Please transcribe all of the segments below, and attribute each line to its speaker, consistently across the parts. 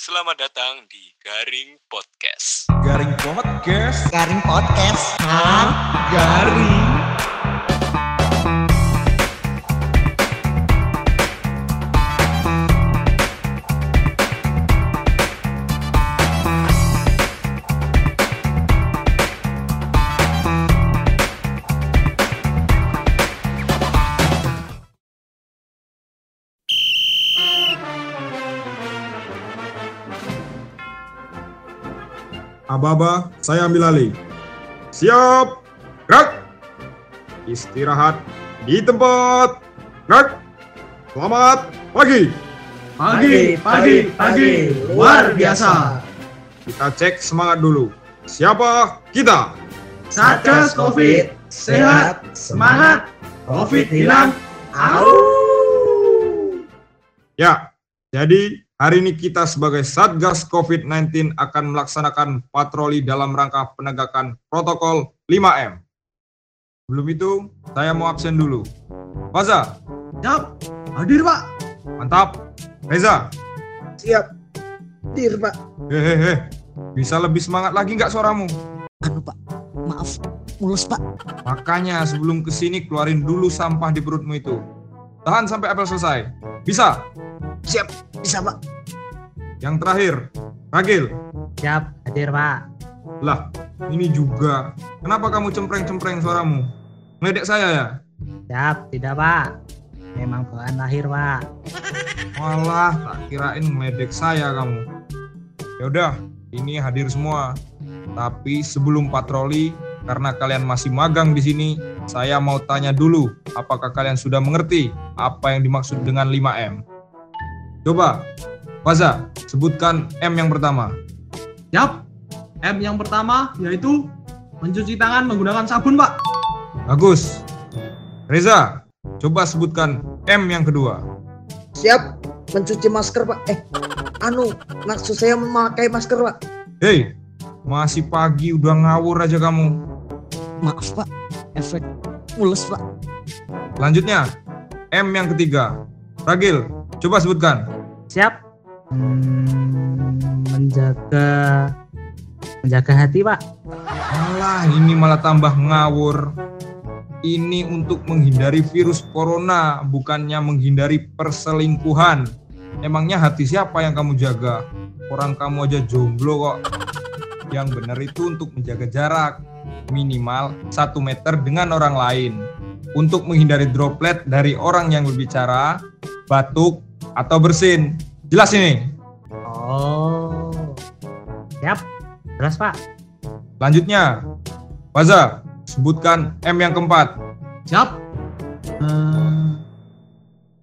Speaker 1: Selamat datang di Garing Podcast.
Speaker 2: Garing Podcast
Speaker 3: Garing Podcast.
Speaker 2: Garing Ababa, saya ambil alih Siap Gerak Istirahat Di tempat Gerak Selamat pagi
Speaker 4: Pagi, pagi, pagi, luar biasa.
Speaker 2: Kita cek semangat dulu Siapa kita?
Speaker 4: Satgas COVID, sehat, semangat, COVID hilang, au.
Speaker 2: Ya, jadi hari ini kita sebagai Satgas COVID-19 akan melaksanakan patroli dalam rangka penegakan protokol 5M. Sebelum itu, saya mau absen dulu. Faza,
Speaker 4: Yap, hadir pak.
Speaker 2: mantap. Reza,
Speaker 3: Siap. Dir, Pak.
Speaker 2: hehehe, bisa lebih semangat lagi nggak suaramu?
Speaker 3: Anu, Pak. Maaf, mulus, Pak.
Speaker 2: Makanya sebelum kesini keluarin dulu sampah di perutmu itu. Tahan sampai apel selesai. Bisa.
Speaker 3: Siap. Bisa, Pak.
Speaker 2: Yang terakhir, Ragil.
Speaker 4: Siap, hadir pak.
Speaker 2: Lah, ini juga. Kenapa kamu cempreng-cempreng suaramu? Ngedek saya ya?
Speaker 4: Siap, tidak pak. Memang bawaan lahir pak.
Speaker 2: Walah, tak kirain ngedek saya kamu. Yaudah, ini hadir semua. Tapi sebelum patroli, karena kalian masih magang di sini, saya mau tanya dulu, apakah kalian sudah mengerti apa yang dimaksud dengan 5M? Coba, Faza, sebutkan M yang pertama.
Speaker 4: Yap, M yang pertama yaitu mencuci tangan menggunakan sabun pak.
Speaker 2: Bagus. Reza, coba sebutkan M yang kedua.
Speaker 3: Siap. Mencuci masker, Pak. Eh, anu, maksud saya memakai masker, Pak.
Speaker 2: Hei, masih pagi udah ngawur aja kamu.
Speaker 3: Maaf, Pak. Efek mulus, Pak.
Speaker 2: Lanjutnya, M yang ketiga. Ragil, coba sebutkan.
Speaker 4: Siap. Hmm, menjaga menjaga hati pak.
Speaker 2: Alah, ini malah tambah ngawur. Ini untuk menghindari virus corona, bukannya menghindari perselingkuhan. Emangnya hati siapa yang kamu jaga? Orang kamu aja jomblo kok. Yang benar itu untuk menjaga jarak minimal 1 meter dengan orang lain. Untuk menghindari droplet dari orang yang berbicara, batuk, atau bersin. Jelas ini.
Speaker 4: Oh. Siap. Jelas pak.
Speaker 2: Lanjutnya, Faza, sebutkan M yang keempat.
Speaker 4: Siap. Eh,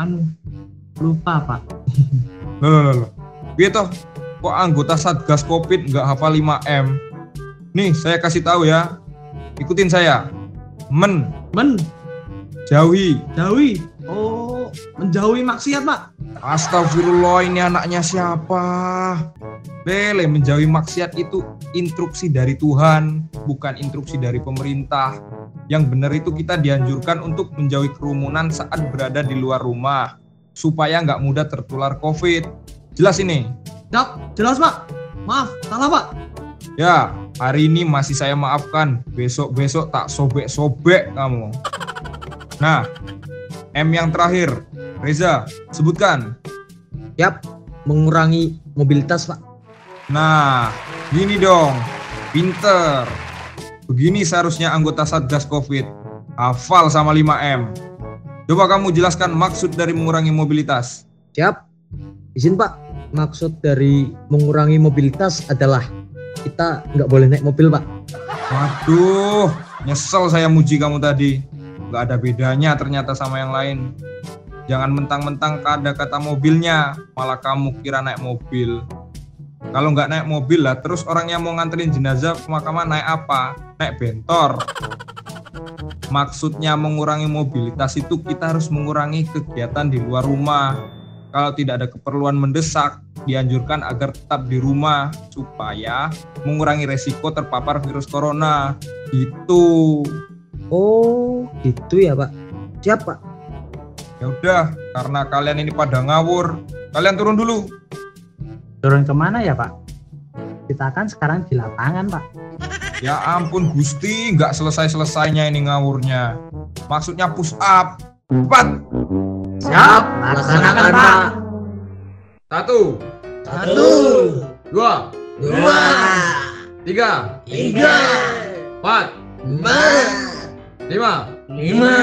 Speaker 4: anu, lupa pak.
Speaker 2: Loh, loh, loh, loh. Piye toh? Kok anggota Satgas Covid nggak hafal 5M? Nih, saya kasih tahu ya. Ikutin saya. Men, jauhi.
Speaker 4: Menjauhi. Oh, menjauhi maksiat pak.
Speaker 2: Astagfirullah, ini anaknya siapa? Bele, menjauhi maksiat itu instruksi dari Tuhan, bukan instruksi dari pemerintah. Yang benar itu kita dianjurkan untuk menjauhi kerumunan saat berada di luar rumah, supaya nggak mudah tertular COVID. Jelas ini?
Speaker 4: Siap, jelas pak. Maaf, salah pak.
Speaker 2: Ya, hari ini masih saya maafkan. Besok-besok tak sobek-sobek kamu. Nah, M yang terakhir. Reza, sebutkan.
Speaker 3: Siap. Mengurangi mobilitas, Pak.
Speaker 2: Nah, gini dong. Pinter. Begini seharusnya anggota Satgas Covid. Hafal sama 5M. Coba kamu jelaskan maksud dari mengurangi mobilitas.
Speaker 3: Siap. Izin, Pak. Maksud dari mengurangi mobilitas adalah kita nggak boleh naik mobil, Pak.
Speaker 2: Waduh, nyesel saya muji kamu tadi. Nggak ada bedanya ternyata sama yang lain. Jangan mentang-mentang ada kata mobilnya, malah kamu kira naik mobil. Kalau nggak naik mobil lah, terus orangnya mau nganterin jenazah pemakaman naik apa? Naik bentor. Maksudnya mengurangi mobilitas itu kita harus mengurangi kegiatan di luar rumah. Kalau tidak ada keperluan mendesak, dianjurkan agar tetap di rumah supaya mengurangi resiko terpapar virus corona gitu
Speaker 3: Oh, gitu ya, Pak. Siap, Pak.
Speaker 2: ya udah karena kalian ini pada ngawur kalian turun dulu
Speaker 5: Turun kemana ya Pak? Kita kan sekarang di lapangan Pak.
Speaker 2: Ya ampun Gusti, nggak selesai-selesainya ini ngawurnya. Maksudnya push up. Empat,
Speaker 4: Siap.
Speaker 3: Laksanakan,
Speaker 4: Silakan,
Speaker 3: Pak.
Speaker 2: satu,
Speaker 3: Satu,
Speaker 2: dua,
Speaker 3: dua,
Speaker 2: tiga,
Speaker 3: tiga,
Speaker 2: empat,
Speaker 3: empat,
Speaker 2: lima,
Speaker 3: lima,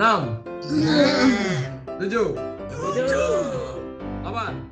Speaker 2: enam,
Speaker 3: enam,
Speaker 2: tujuh,
Speaker 3: tujuh.
Speaker 2: delapan,